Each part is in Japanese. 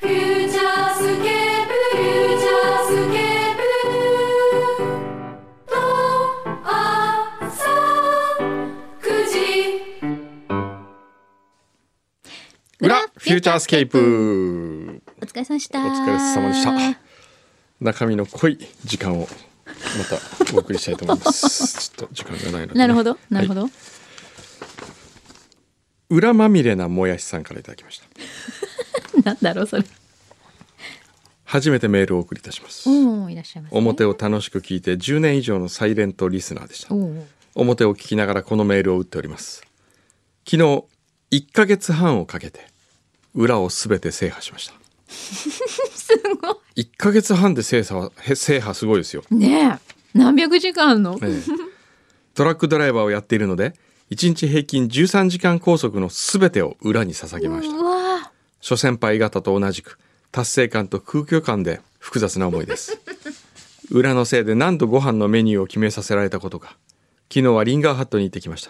フューチャースケープフューチャースケープと朝9時裏フューチャースケープお疲れ様でしたお疲れ様でした中身の濃い時間をまたお送りしたいと思います ちょっと時間がないのでね、 なるほどなるほはいど、裏まみれなもやしさんからいただきましたなんだろうそれ初めてメールをお送りいたします、おおいらっしゃいます、ね、表を楽しく聞いて10年以上のサイレントリスナーでしたおー表を聞きながらこのメールを打っております昨日1ヶ月半をかけて裏をすべて制覇しま したすご1ヶ月半で制覇はへ制覇すごいですよいねえ何百時間の、ええトラックドライバーをやっているので1日平均13時間拘束の全てを裏に捧げましたうわあ諸先輩方と同じく達成感と空虚感で複雑な思いです 裏のせいで何度ご飯のメニューを決めさせられたことか昨日はリンガーハットに行ってきまし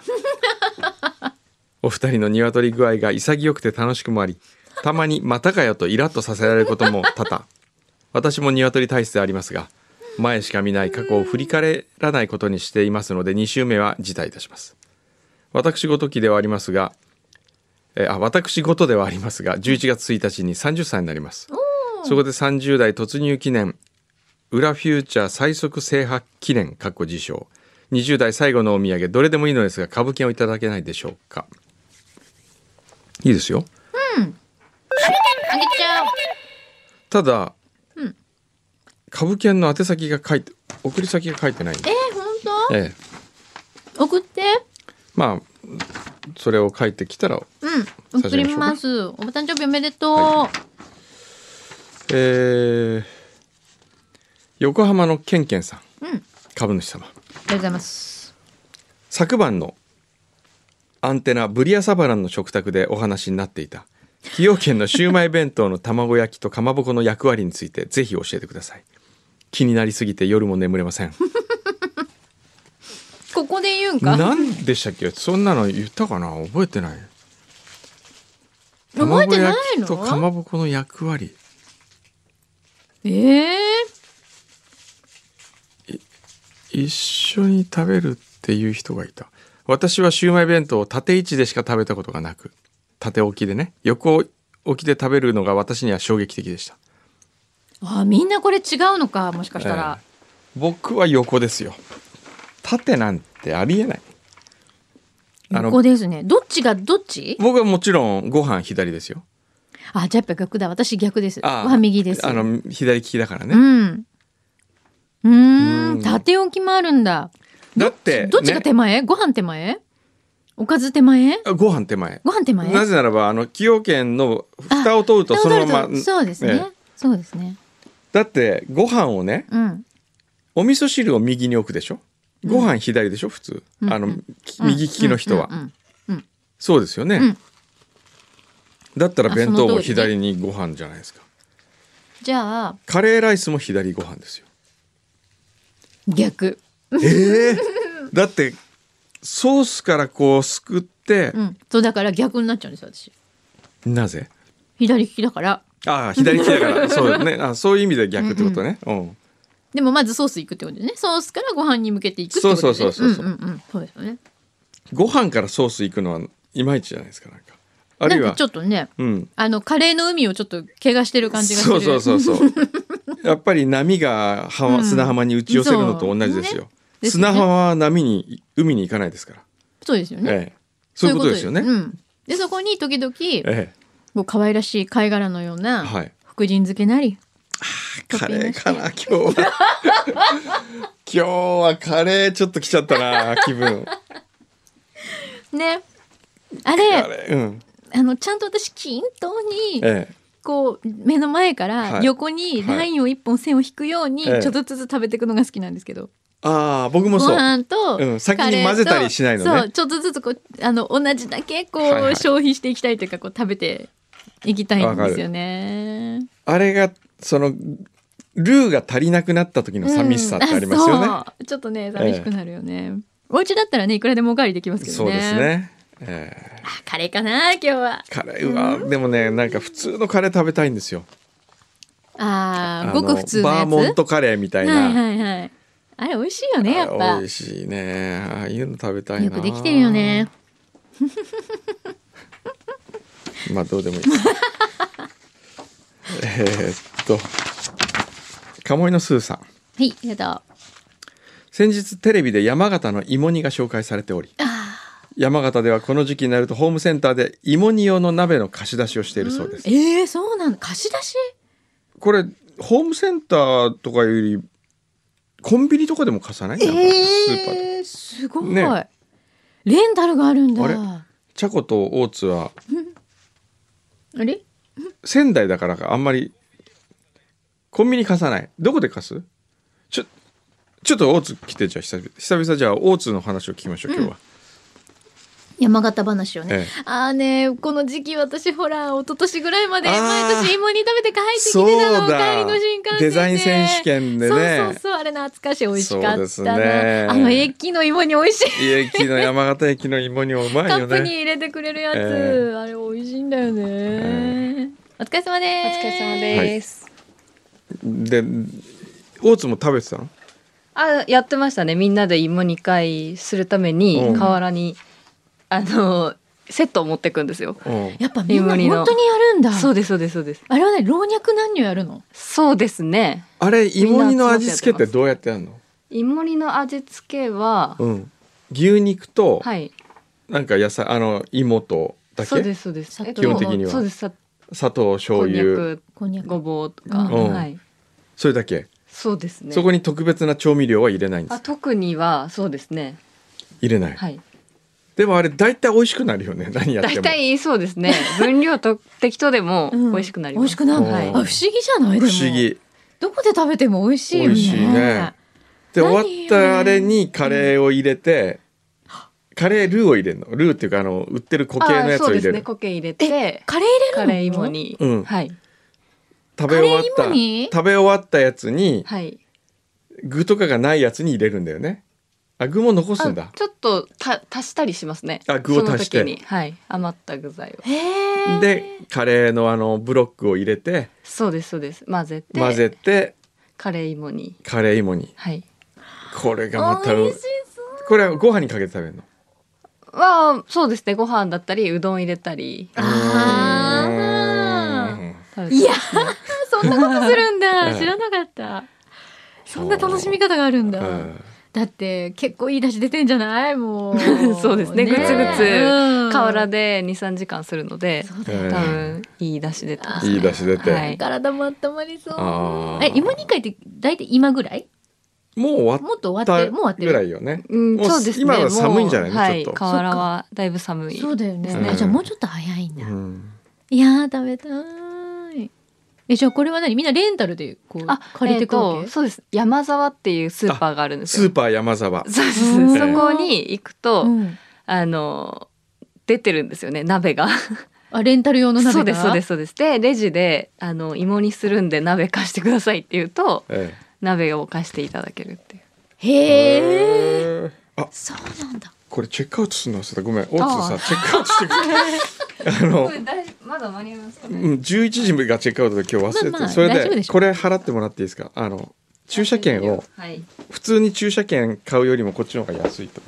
た お二人の鶏具合が潔くて楽しくもありたまに「またかよ」とイラッとさせられることも多々私も鶏体質でありますが前しか見ない過去を振り返らないことにしていますので2週目は辞退いたします私ごときではありますがえーあ私事ではありますが11月1日に30歳になりますそこで30代突入記念裏フューチャー最速制覇記念かっこ自称20代最後のお土産どれでもいいのですが株券をいただけないでしょうかいいですよあげちゃおうただ、株券の宛先が書いて送り先が書いてないんでえー、本ええ当送ってまあそれを書いてきたらうん送りますお誕生日おめでとう、えー横浜のケンケンさん、うん株主様ありがとうございます昨晩のアンテナブリアサバランの食卓でお話になっていた崎陽軒のシウマイ弁当の卵焼きとかまぼこの役割についてぜひ教えてください気になりすぎて夜も眠れま せんここで言うんか何でしたっけそんなの言ったかな覚えてない覚えてな卵い焼きとかのまぼこの役割ええ一緒に食べるっていう人がいた私はシウマイ弁当を縦位置でしか食べたことがなく縦置きでね横置きで食べるのが私には衝撃的でしたあみんなこれ違うのかもしかしたら、えー僕は横ですよ縦なんてありえないあここのですねどっちがどっち僕はもちろんご飯左ですよあじゃあやっぱ逆だ私逆ですあーは右ですあの左利きだからね、うん。ううーんん、縦置きもあるんだ。だってどっちが手ね前、ご飯手前おかず手前あご飯手前ご飯手前なぜならばあの崎陽軒の蓋を取るとあそのま蓋を取るまとそうですね、ええそうですね。だってご飯をねうん。お味噌汁を右に置くでしょご飯左でしょ普通、うんあのうんき右利きの人は、うんうんそうですよね、うんだったらあ弁当そのも通りね左にご飯じゃないですかじゃあ、カレーライスも左ご飯ですよ逆。ええだってソースからこうすくってう、ん。そう、だから逆になっちゃうんですよ、私。なぜ左利きだから。ああ左利きだから そうよねあそういう意味で逆ってことね、うんでもまずソースいくってことですね。ソースからご飯に向けていくってことですね。そうそうそうそうそうんうんうん。そうですよね。ご飯からソースいくのはいまいちじゃないですかなんかあるいなんはかちょっとね、うんあの、カレーの海をちょっと怪我してる感じがする。そうそうそうそう やっぱり波が浜うん砂浜に打ち寄せるのと同じですよ、ね砂浜は波に海に行かないですから、そうですよね。ええ、そういうことですよねうん、でそこに時々えこう可愛らしい貝殻のようえなはい福神漬けなり、カレーかな今 日は今日はカレーちょっと来ちゃったな気分ねああれれうんあのちゃんと私均等にえこう目の前かはらい横にラインを一本線を引くようにちえょえっとずつ食べていくのが好きなんですけど、え、ああ僕もごそう飯とカレーと、うん先に混ぜたりしないのねそうちょっとずつこうあの同じだけこう、はいはい消費していきたいというかこう食べていきたいんですよね。あれがそのルーが足りなくなった時の寂しさってありますよね、うんあそうちょっとね寂しくなるよね、お家だったらねいくらでもおかわりできますけどそねうですね、ええあカレーかな今日はカレーは、でもねなんか普通のカレー食べたいんですよあああ、のごく普通のやつ。バーモントカレーみたいな、はいはいはい。あれ美味しいよね、やっあぱ美。味しいねああいうの食べたいなよくできてるよね。まあどう でもいいえーっと鴨居のスーさんはい、やだ。先日テレビで山形の芋煮が紹介されており山形ではこの時期になるとホームセンターで芋煮用の鍋の貸し出しをしているそうです、ええー、そうなんだ。貸し出しこれホームセンターとかよりコンビニとかでも貸さないなんかスーパーでえー、すごい、ねレンタルがあるんだ。あれあチャコと大津はれ仙台だからかあんまりコンビニ貸さないどこで貸すちょちょっと大津来てじゃあ久々久々じゃあ大津の話を聞きましょう今日は、山形話 をね。ええ ああね、この時期私ほら、一昨年ぐらいまであー毎年芋煮食べて帰ってきてたの、そうだお帰りの新幹線で。デザイン選手権でねそうそうそう、あれ懐かしい、美味しかそうでっすたねな。あの駅の芋煮美味しい。家駅の山形駅の芋煮はうまいカよねップに入れてくれるやつ、えあれ美味しいんだよね、えお疲れ様でおす疲れ様です。で大津も食べてたのあ、やってましたね。みんなで芋2回するためうにん河原にあのセットを持ってくんですよ。うんやっぱみんな芋煮の本当にやるんだそうですそうですそうです。あれはね老若男女やるのそうですね。あれ芋煮の味付けっみんなて集まってやってますどうやってやるの、芋煮の味付けは、うん、牛肉とはい。なんか野菜あの芋とだそうでけすそうです。基本的にはそうです。さ砂糖醤こんにゃ油く、こんにゃくごぼうとか、うんはい。それだけ、そうですね。そこに特別な調味料は入れないんであす特にはそうですね。入れない、はい。でもあれ大体美味しくなるよね何やって大も体そうですね。分量と適当でも美味しくなり美ま味すし。くなる、はいあ不思議じゃないで不も思議どこで食べても美味しいよ美ね味しいねで何終よわったあれにカレーを入れて、カレールーを入れるのルーっていうかあの売ってる固形のやつを入あそうですれねる、固形入れてカレー入れるのカレー芋に、うんはい食べ終わっカレーた芋に食べ終わったやつにはい具とかがないやつに入れるんだよねあ具も残すんだあちょっとた足したりしますねあ具を足してその時にはい余った具材をへえでカレーのあのブロックを入れてそうですそうです混ぜて混ぜてカレー芋にカレー芋にはいこれがまた美味しそうこれはご飯にかけて食べるのはそうですねご飯だったりうどん入れたりうんあ食べていやそんなことするんえだえ知らなかったそんな楽しみ方があるんだ、うんだって結構いい出汁出てんじゃないもうそうですねグツグツうん河原で23時間するのでそうだえよえ多分いい出汁出てますいい出汁出て、はい体も温まりそうあーえ芋煮会って大体今ぐらいもう終わっもっと終わったてるもう終わってぐらるいよねうんもうそうですね今は寒いんじゃないのもうはちょっと河原はだいぶ寒いそうだよね、うんあじゃあもうちょっと早いんだ、うんいやー食べたいえじゃあこれは何みんなレンタルでこうあ、借りてくわけ、えーとそうです。山沢っていうスーパーがあるんですスよ。ーパー山沢そうですうんそこに行くと、うん、あの出てるんですよね鍋が。あレンタル用の鍋がそうですそうですすそうです。でレジであの芋にするんで鍋貸してくださいって言うとえ鍋を貸していただけるっていう。えへえへえあそうなんだこれチェックアウトするの忘れたごめん大津さチェックアウトして くれあのまだ間に合いますかうん、11時がチェックアウトで今日忘れて、まあまあそれ大丈夫ででしょこれ払ってもらっていいですかあの駐車券をはい。普通に駐車券買うよりもこっちの方が安 いと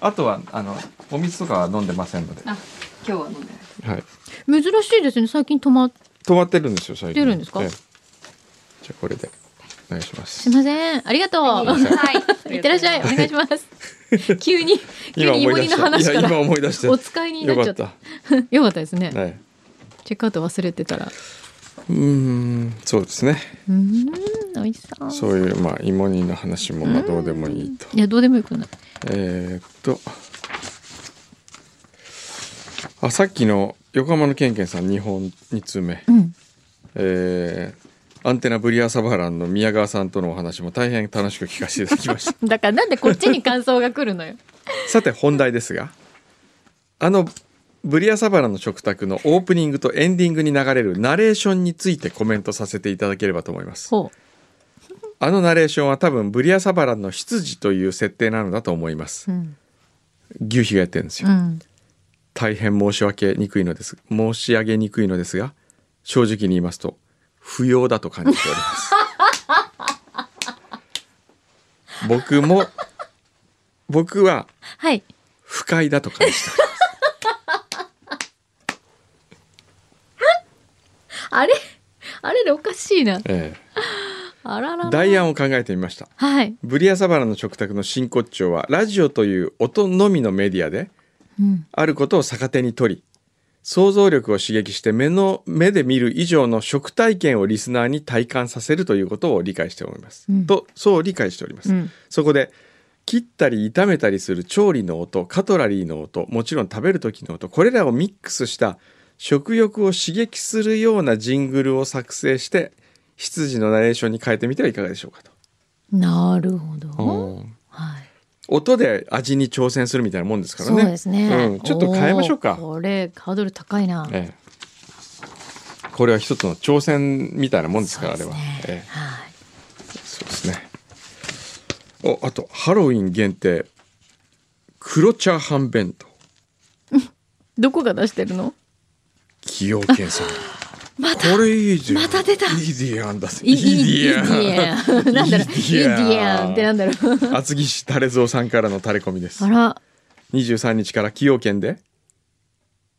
あとはあのお水とかは飲んでませんので、はあ今日は飲んでます。い、珍しいですね最近泊まっ止まってるんですよ最近出るんですかええじゃあこれでお願いしますすいませんありがとう、は いいってらっしゃい。お願いします。 急に急今に思芋い出煮のしたい話かや今ら思い出してお使いになよっちかゃっったた。よかったですね。はい、チェックアウト忘れてたら。うーんそうですねうーん、美味しそう。そういうまあ芋煮の話もまあどうでもいいといやどうでもよくない。えーっとあさっきの横浜のケンケンさん2本2通目、うん。えーアンテナブリアサバランの宮川さんとのお話も大変楽しく聞かせていただきましただからなんでこっちに感想が来るのよ。さて本題ですがあのブリアサバランの食卓のオープニングとエンディングに流れるナレーションについてコメントさせていただければと思いますほあのナレーションは多分ブリアサバランの執事という設定なのだと思いますう。うん。牛皮がやってるんですようん。大変申し訳にくいのです申し上げにくいのですが正直に言いますと不要だと感じております 僕も僕ははい。不快だと感じておりますあれあれでおかしいな。えあらえらら。代案を考えてみましたはい。ブリアサバラの食卓の真骨頂はラジオという音のみのメディアでうん。あることを逆手に取り想像力を刺激して目の目で見る以上の食体験をリスナーに体感させるということを理解しております、うんとそう理解しております、うんそこで切ったり炒めたりする調理の音カトラリーの音もちろん食べる時の音これらをミックスした食欲を刺激するようなジングルを作成して羊のナレーションに変えてみてはいかがでしょうかと、なるほど。うんはい。音で味に挑戦するみたいなもんですからそうねですね、うんちょっと変えましょうかおーこれハードル高いな。ええ、これは一つの挑戦みたいなもんですそかうら、ですあれは、えねえ、はい。そうですねおあとハロウィン限定黒チャーハン弁当どこが出してるの？崎陽軒さん またこれいいじゃんまた出たイディアンだぜイイイディアン。なんだろう。イイディデアンィアンってなんだろう。厚木市タレゾウさんからのタレコミですあら、 23日から崎陽軒で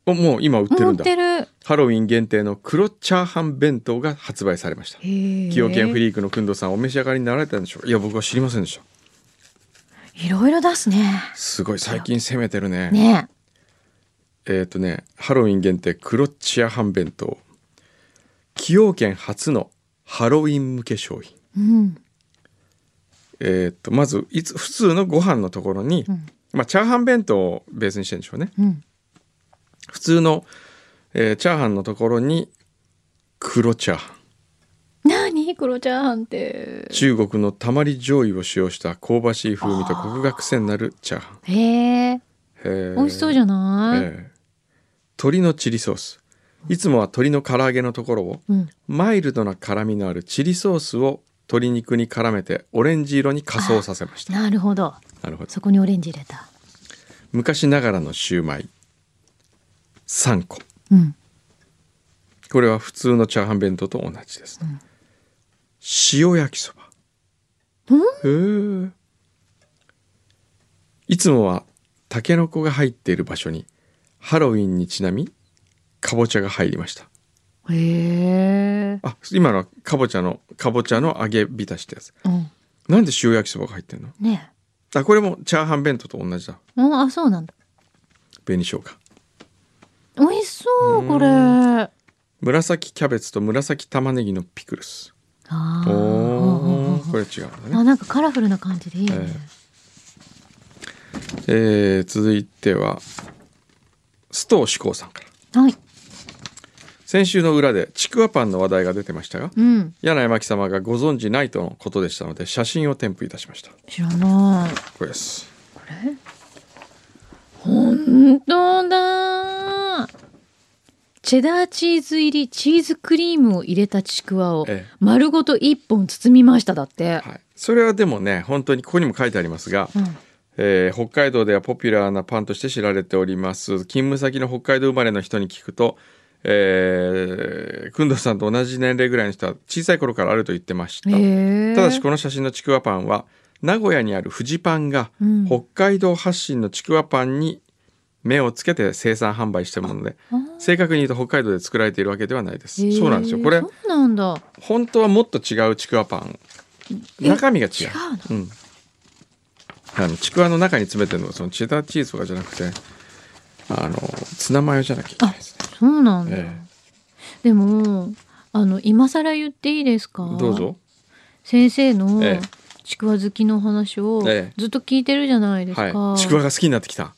おもう今売ってる持んっだてる。ハロウィン限定の黒チャーハン弁当が発売されました崎崎陽軒フリークのくんどうさんお召し上がりになられたんでしょうかいや僕は知りませんでしたいろいろ出すね。すごい最近攻めてるねねえっ、とねハロウィン限定黒チアハン弁当崎陽軒初のハロウィン向け商品え。うん。えっ、とまずいつ普通のご飯のところに、うんまあチャーハン弁当をベースにしてるんでしょうねうん。普通の、えーチャーハンのところに黒チャーハンなに黒チャーハンって。中国のたまり醤油を使用した香ばしい風味とコクが癖になるチャーハンへえ。へー美味しそうじゃない。ええ鶏のチリソースいつもは鶏の唐揚げのところをうん。マイルドな辛みのあるチリソースを鶏肉に絡めてオレンジ色に仮装させましたなるほど。なるほどそこにオレンジ入れた。昔ながらのシューマイ3個うん。これは普通のチャーハン弁当と同じです、うん塩焼きそばへえいつもはタケノコが入っている場所にハロウィンにちなみかぼちゃが入りましたへえ。あ今のはかぼちゃのかぼちゃの揚げ浸しってやつうん。なんで塩焼きそばが入ってんのねえ。あこれもチャーハン弁当と同じだうん、あ、そうなんだ。紅しょうか美味しそうう、んこれ。あ紫キャベツと紫玉ねぎのピクルスあおおー。これ違うんだあ、ね、なんかカラフルな感じでいいね。えー続いては須藤志功さんからはい。先週の裏でちくわパンの話題が出てましたがうん。柳井真紀様がご存知ないとのことでしたので写真を添付いたしましたこ知らない。れですこれ。本当だー。チェダーチーズ入りチーズクリームを入れたちくわをええ丸ごと一本包みましただって。はい、それはでもね本当にここにも書いてありますが、うん。えー北海道ではポピュラーなパンとして知られております勤務先の北海道生まれの人に聞くとえー、くんどさんと同じ年齢ぐらいの人は小さい頃からあると言ってました、へえ。ただしこの写真のちくわパンは名古屋にあるフジパンがうん北海道発信のちくわパンに目をつけて生産販売してるものであー正確に言うと北海道で作られているわけではないです、へーそうなんですよこれそうなんだ。本当はもっと違うちくわパンえ中身が違う違うの。うん、あのちくわの中に詰めてるのはそのチェダーチーズとかじゃなくてあのツナマヨじゃなきゃいけないですねそうなんだ。えでもあの今更言っていいですか。どうぞ先生のええちくわ好きの話をええずっと聞いてるじゃないですか。はいちくわが好きになってきた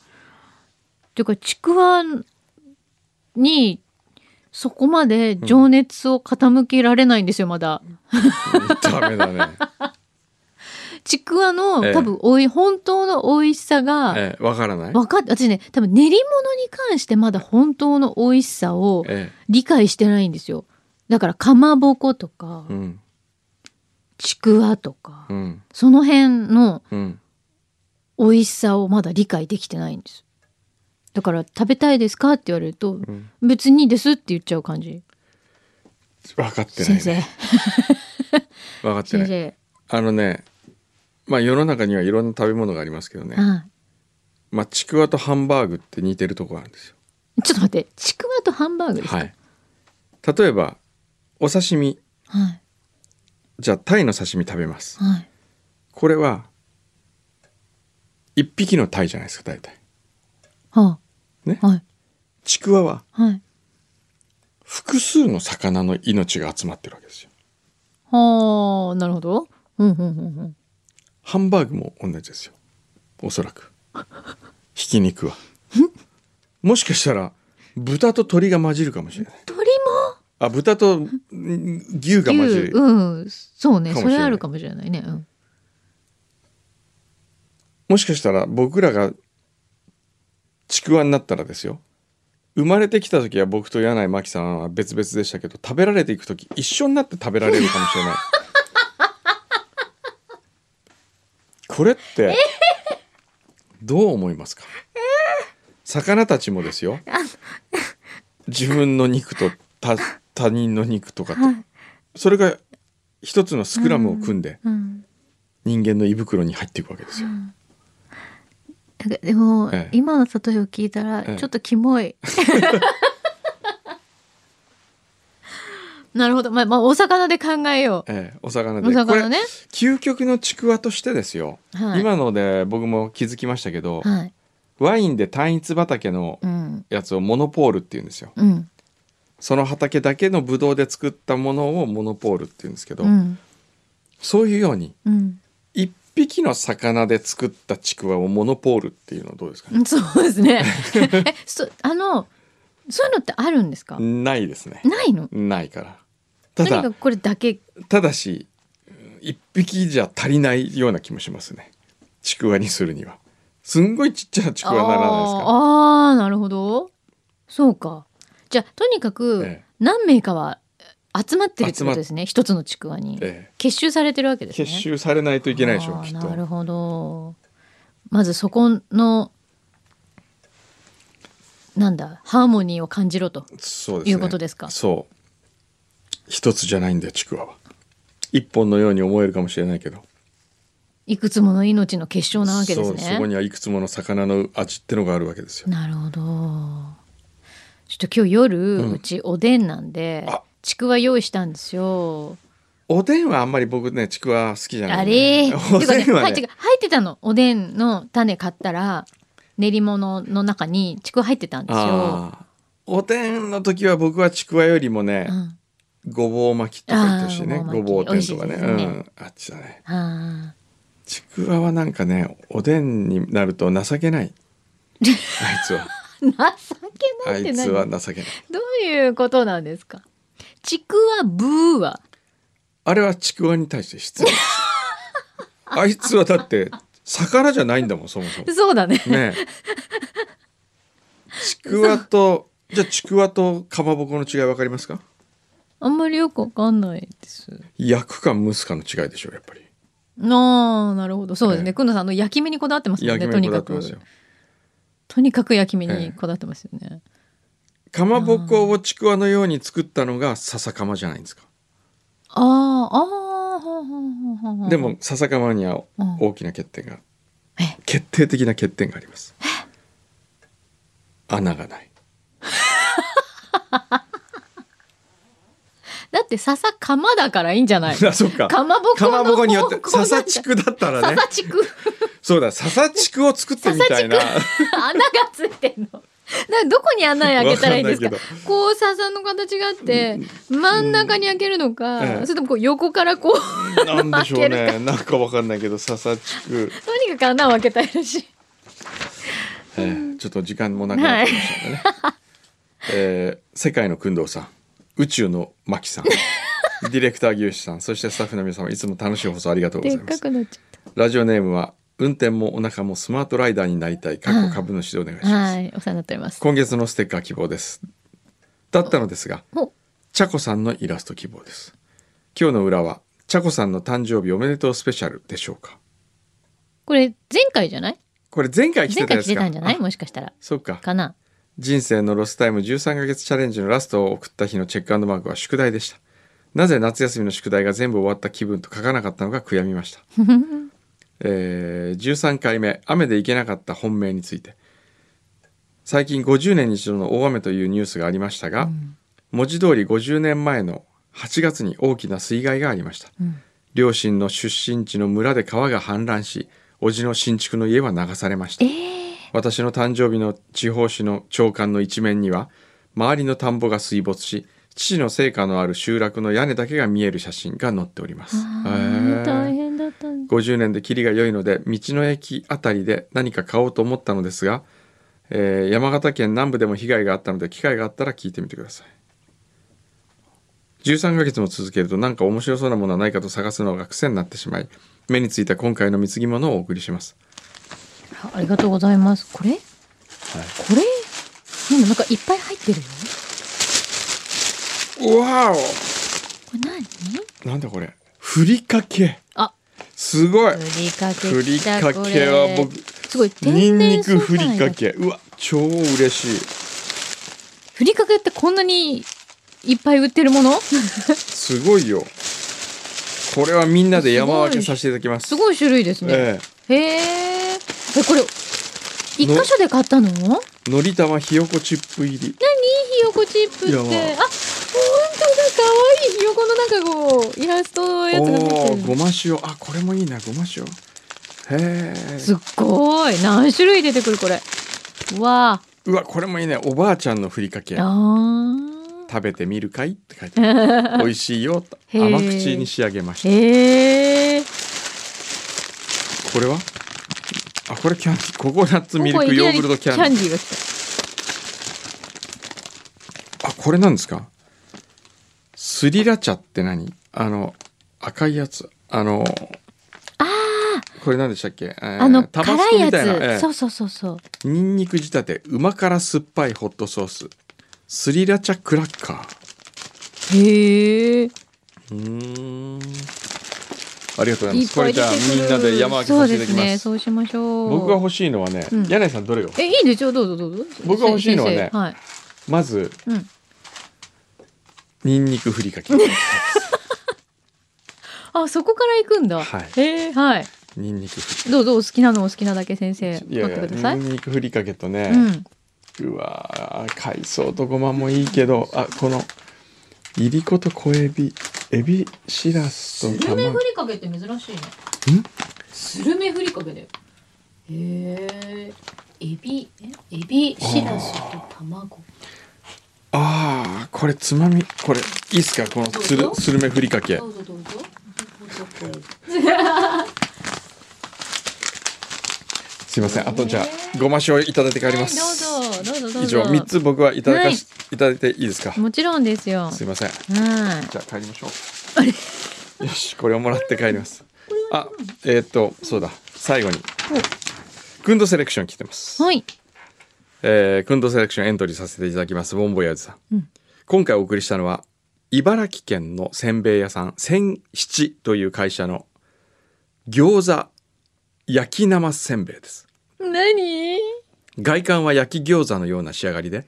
ていうかちくわにそこまで情熱を傾けられないんですよまだ。ダメだ ね、ちくわの、ええ多分おい本当の美味しさがええ、わからない分かって私ね多分練り物に関してまだ本当の美味しさをえ理解してないんですよ。だからかまぼことかえ、うんちくわとか、うんその辺のうん美味しさをまだ理解できてないんです。だから食べたいですかって言われるとうん別にですって言っちゃう感じ。分かってない、先ね、生分かってない先生あのねまあ世の中にはいろんな食べ物がありますけどね、あまあ、ちくわとハンバーグって似てるとこがあるんですよあちょっと待ってちくわとハンバーグですかははい、い例えばお刺身はいじゃあタイの刺身食べますこれは一匹のタイじゃないですか大体はねあはいちくわははい複数の魚の命が集まってるわけですよはあなるほどうんうんうんうんハンバーグも同じですよおそらくひき肉はもしかしたら豚と鶏が混じるかもしれない鳥もあ豚とん牛が混じ牛るうんそうねかもしれないそれあるかもしれないねうんもしかしたら僕らがちくわになったらですよ生まれてきた時は僕と柳井真紀さんは別々でしたけど食べられていく時一緒になって食べられるかもしれないこれってどう思いますか魚たちもですよ自分の肉と他他人の肉とかとそれが一つのスクラムを組んでうん人間の胃袋に入っていくわけですよ。なんかでも、ええ今の例えを聞いたら、ええちょっとキ モい。なるほど、まあ、まあ、お魚で考えよええ、お魚でう。お魚ねこ。れ究極のちくわとしてですよ、はい今ので僕も気づきましたけど、はい。ワインで単一畑のうん。やつをモノポールって言うんですようん。その畑だけのブドウで作ったものをモノポールって言うんですけど、うん。そういうようにうん。一匹の魚で作ったちくわをモノポールっていうのはどうですかね、そうですね。え、そ、あの、そういうのってあるんですか。ないですねないの。ないからたとにかくだこれだけ。ただし一匹じゃ足りないような気もしますねちくわにするにはすんごいちっちゃなちくわならないですかあーあー、なるほど。そうか。じゃあ、とにかく、ええ何名かは集まってるってことですね。一つのちくわに。え結集されてるわけえ、ですね。結集されないといけないでしょあうーきっなるとほど。まずそこのなんだハーモニーを感じろと。そうですねいうことですかそう一つじゃないんだよちくわは一本のように思えるかもしれないけどいくつもの命の結晶なわけですそうそこね。にはいくつもの魚の味ってのがあるわけですよなるほど。ちょっと今日夜、ううんちおでんなんであちくわ用意したんですよ。おでんはあんまり僕ねちくわ好きじゃなあいれ、おてかでねんははいねてか入ってたのおでんの種買ったら練り物の中にちくわ入ってたんですよ。あーおでんの時は僕はちくわよりもねう、ん、ごぼう巻きとか言ったしねあーごぼう天とかねごぼう巻き美味しいですねうん、あっちだねあちくわはなんかねおでんになると情けない あいつはー情けあないってい何つは情けないどういうことなんですか。ちくわブーは。あれはちくわに対して 失礼あいつはだって魚じゃないんだもんそもそもそうだね。ねえちくわとじゃあちくわとかまぼこの違いわかりますかあんまりよくわかんないです。焼くか蒸すかの違いでしょうやっぱりなあ、なるほど。そうですええね。くのさんあの焼き目にこだわってますよ焼ね。きと目にこにだわかってますよく。とにかく焼き目ええにこだわってますよね。かまぼこをちくわのように作ったのが笹かまじゃないんですかああ、ああ、はあはあはあ。でも、笹かまにはうん大きな欠点がえ決定的な欠点があります穴がない。だって笹釜だからいいんじゃないあそっかかかまぼこのまぼこによって方向なんだ笹ちくだったらね笹ちくそうだ、笹ちくを作って みたいな。 穴がついてんの。 などこに穴開けたらいいんですかわかんないこう笹の形があって真ん中に開けるのか、ええそれともこう横からこうなんでしょ うね。なんかわかんないけど、笹ちく。とにかく穴を開けたいらしい。えーちょっと時間もなくなってきましたね。えー世界の工藤さん、宇宙のマ キさん、ディレクター牛志さん、そしてスタッフの皆様、いつも楽しい放送ありがとうござでいっまかす。くなっちラジオネームは、運転もお腹もスマートライダーになりたい、過去株主でお願いゃしった。ます。はい、お世話になっております。今月のステッカー希望です。だったのですが、お、ちゃこさんのイラスト希望です今日の裏はちゃこさんの誕生日おめでとうスペシャルでしょうかこれ前回じゃない？これ前回来て前たや回来つてかたんじゃない？あもしかしたらそうかかな。人生のロスタイム13ヶ月チャレンジのラストを送った日のチェックアンドマークは宿題でしたなぜ夏休みの宿題が全部終わった気分と書かなかったのか悔やみました、えー13回目雨で行けなかった本命について最近50年に一度の大雨というニュースがありましたが、文字通り50年前の8月に大きな水害がありました、両親の出身地の村で川が氾濫し叔父の新築の家は流されました私の誕生日の地方紙の朝刊の一面には周りの田んぼが水没し父の成果のある集落の屋根だけが見える写真が載っております。へえ大変だったんだ50年で霧が良いので道の駅あたりで何か買おうと思ったのですが、えー山形県南部でも被害があったので機会があったら聞いてみてください13ヶ月も続けると何か面白そうなものはないかと探すのが癖になってしまい目についた今回の貢ぎ物をお送りしますあありがとうございますこれ、これなんだなんかいっぱい入ってるよわこれ何おなんだこれふりかけあすごいふりかけふり来たかけはこれ僕すごいに天んに然素く材ふりだかけうわ超嬉しいふりかけってこんなにいっぱい売って るものすごいよ。これはみんなで山分けさせていただきます。すごい種類ですね、えへええこれ一箇所で買ったの何え、のり玉ひよこチップ入り。ひよこチップっいてあや本ま当だあ可愛いひよこのなんかこうイラストのやつが入おっお、てごるま塩。あ、これもいいな、ごま塩。へえ。すっごい何種類出てくるこれわあうわ、これもいいね。おばあちゃんのふりかけ。あ食べてみるかいって書いてあ る。美味しいよと。へえ甘口に仕上げましーへえた。これはあ、これキャンディーココナッツミルクヨーグルトキャンディー。キャンディーが来あ、これなんですかスリラチャって何あの、赤いやつ。あの、たあこれ何でしたっけ、えーああのタバス辛コいやみつ、たいな、ええそうそうそうそうニンニク仕立て旨辛酸っぱいホットソーススリラチャクラッカへえーうーんありがとうございいまっすこぱれいじ出ゃあてくるみんなで山分けそさうせでていすただきねまそすうしましょう僕が欲しいのはね、うん柳井さんどれよえいいんですよどうぞどうぞ僕が欲しいのはね先生はいまずうん、ニンニクふりかけあそこから行くんだ、はいえーはい ニンニクふりどうぞお好きなのお好きなだけ先生いやいや取ってくださいニンニクふりかけとね、うんうわー海藻とごまもいいけどあこのいりこと小エビエビしらすと卵りかけって珍しいねんスルメふりかけだよへえエビエビしらすと卵ああこれつまみこれいいっすかこのつるどうぞスルメふりかけうぞどうぞすいませんあとじゃあごま塩いただいて帰ります、はい、どうぞどうぞどうぞ以上三つ僕はいただかし、い、ただいていいですかもちろんですよすいませんはいじゃあ帰りましょうよしこれをもらって帰りますあえっ、とそうだ最後にくんどセレクション来てますはいえー、クンドセレクションエントリーさせていただきますボンボヤーズさん、うん今回お送りしたのは茨城県のせんべい屋さん千七という会社の餃子焼き生せんべいです何外観は焼き餃子のような仕上がりで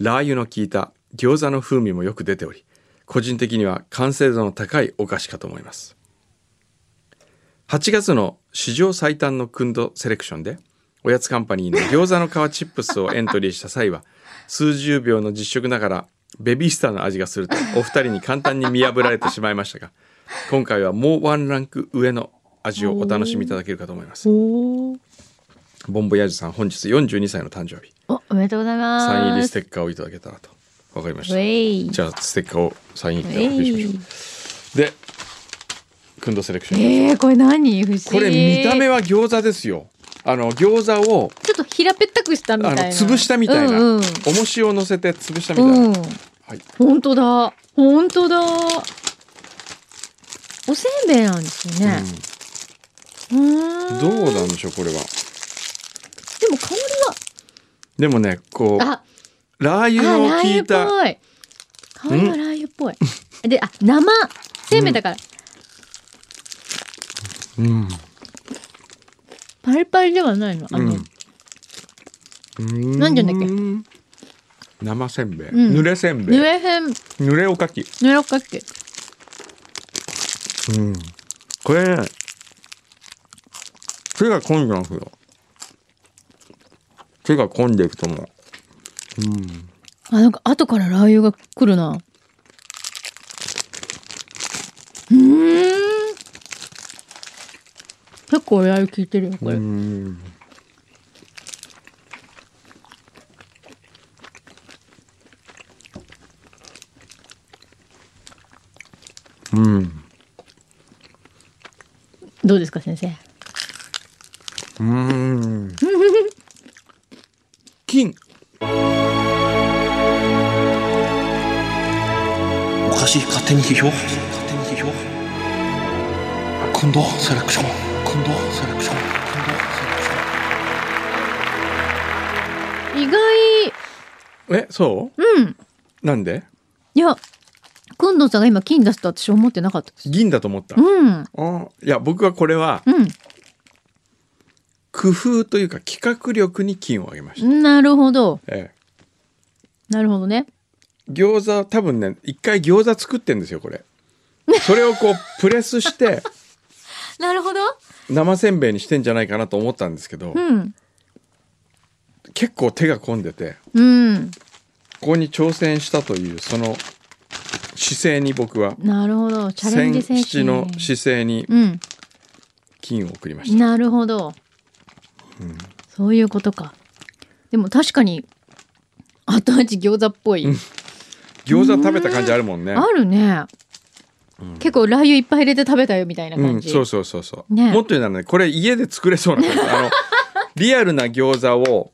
ラー油の効いた餃子の風味もよく出ており個人的には完成度の高いお菓子かと思います8月の史上最短のクンドセレクションでおやつカンパニーの餃子の皮チップスをエントリーした際は数十秒の実食ながらベビースターの味がするとお二人に簡単に見破られてしまいましたが今回はもうワンランク上の味をお楽しみいただけるかと思いますおーボンボヤージュさん本日42歳の誕生日おおめでとうございますサイン入りステッカーをいただけたらと。わかりましウた。ェイじゃあステッカーをサイン入りでお送りしましょう。えで、くんどセレクション。えー、これ何不思議これ見た目は餃子ですよ。あの餃子をちょっと平べったくしたあみたのいな潰したみたいな、うん、うん重しを乗せて潰したみたいな。うん、はい。本当だ本当だおせんべいなんですよね、ううーんん、どうでなんでしょうこれは。も香でもね、こりはうあラー油あのラ効ーいた油っぽい香りはラー油っぽいであ生せんべいだから、うんパリパリではないのあの、うんうんなんて言う生せんべい、うん濡れせんべぬい、れへん濡れおかき。ぬれおかきうん。これね、手が込んでますよ。手が込んでいくと思う。あ、なんか後からラー油が来るな。うーん。結構ラー油効いてるよ、これ。うん。うん。どうですか、先生。うん。金。おかしい勝手に批評勝手に批評近藤セレクション近藤セレクション近藤セレクション意外、え、そううん。なんでいや、くんのさんが今金出すと私思ってなかったです。銀だと思った。うん。あいや、僕はこれは、う工夫というか企画力に金をあげました。ん。なるほど。ええ。なるほどね。餃子多分ね一回餃子作ってんですよこれそれをこうプレスしてなるほど。生せんべいにしてんじゃないかなと思ったんですけど、うん。結構手が込んでてうん。ここに挑戦したというその姿勢に僕はなるほど。チャレンジ精七神。の姿勢にうん。金を送りました、なるほど、そういうことかでも確かに後味餃子っぽい、餃子食べた感じあるもんねあるね、結構ラー油いっぱい入れて食べたよみたいなう感んじ、そうそうそうそう、ねもっと言うならねこれ家で作れそうな 感じあのリアルな餃子を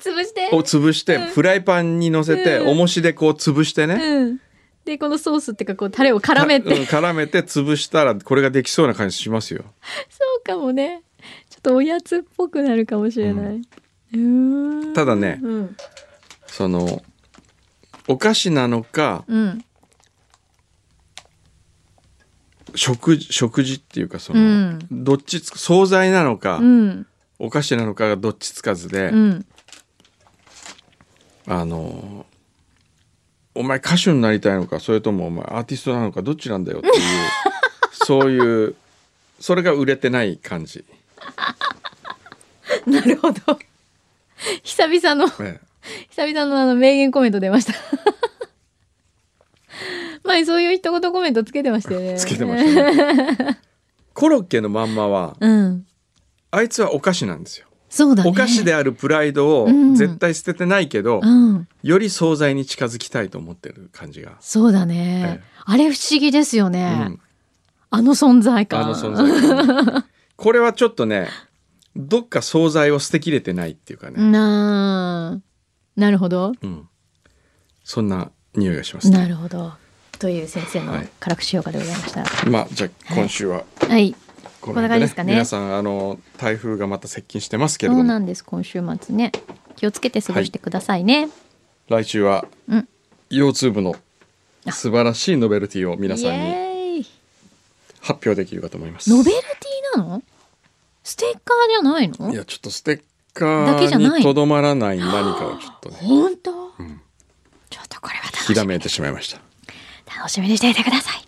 潰してを潰してフライパンに乗せてうん重しでこう潰してね、うんでこのソースっていうかこうタレを絡めて、うん絡めて潰したらこれができそうな感じしますよそうかもねちょっとおやつっぽくなるかもしれない、うーんただねうん、そのお菓子なのかうん食事食事っていうかそうの、んどっちつ惣菜なのか、うんお菓子なのかがどっちつかずで、うんあのお前歌手になりたいのかそれともお前アーティストなのかどっちなんだよ っていうそういうそれが売れてない感じ、なるほど久々のえ久々のあの名言コメント出ました 前そういう一言コメントつけてましたよねえ、つけてましたねコロッケのまんまはうんあいつはお菓子なんですよそうだねお菓子であるプライドをうん絶対捨ててないけど、うんより惣菜に近づきたいと思ってる感じが、そうだね、ええあれ不思議ですようね、ん、あの存在感あの存在感これはちょっとねどっか惣菜を捨てきれてないっていうかね、なあなるほどうんそんな匂いがしますなねるほどという先生のはい辛口評価でございましたは、まあじゃあ今週はいここんな感じですかね皆さんあの台風がまた接近してますけれそどうもなんです今週末ね気をつけて過ごしてくださいね、来週はうん腰痛部のあ素晴らしいノベルティを皆イさんにエーイ発表できるかと思いますノベルティなのステッカーじゃないのいやちょっとステッカだけじゃーないにとどまらない何かをちょっとね本当、ちょっとこれは楽しひらみめいてしまいました楽しみにしていてください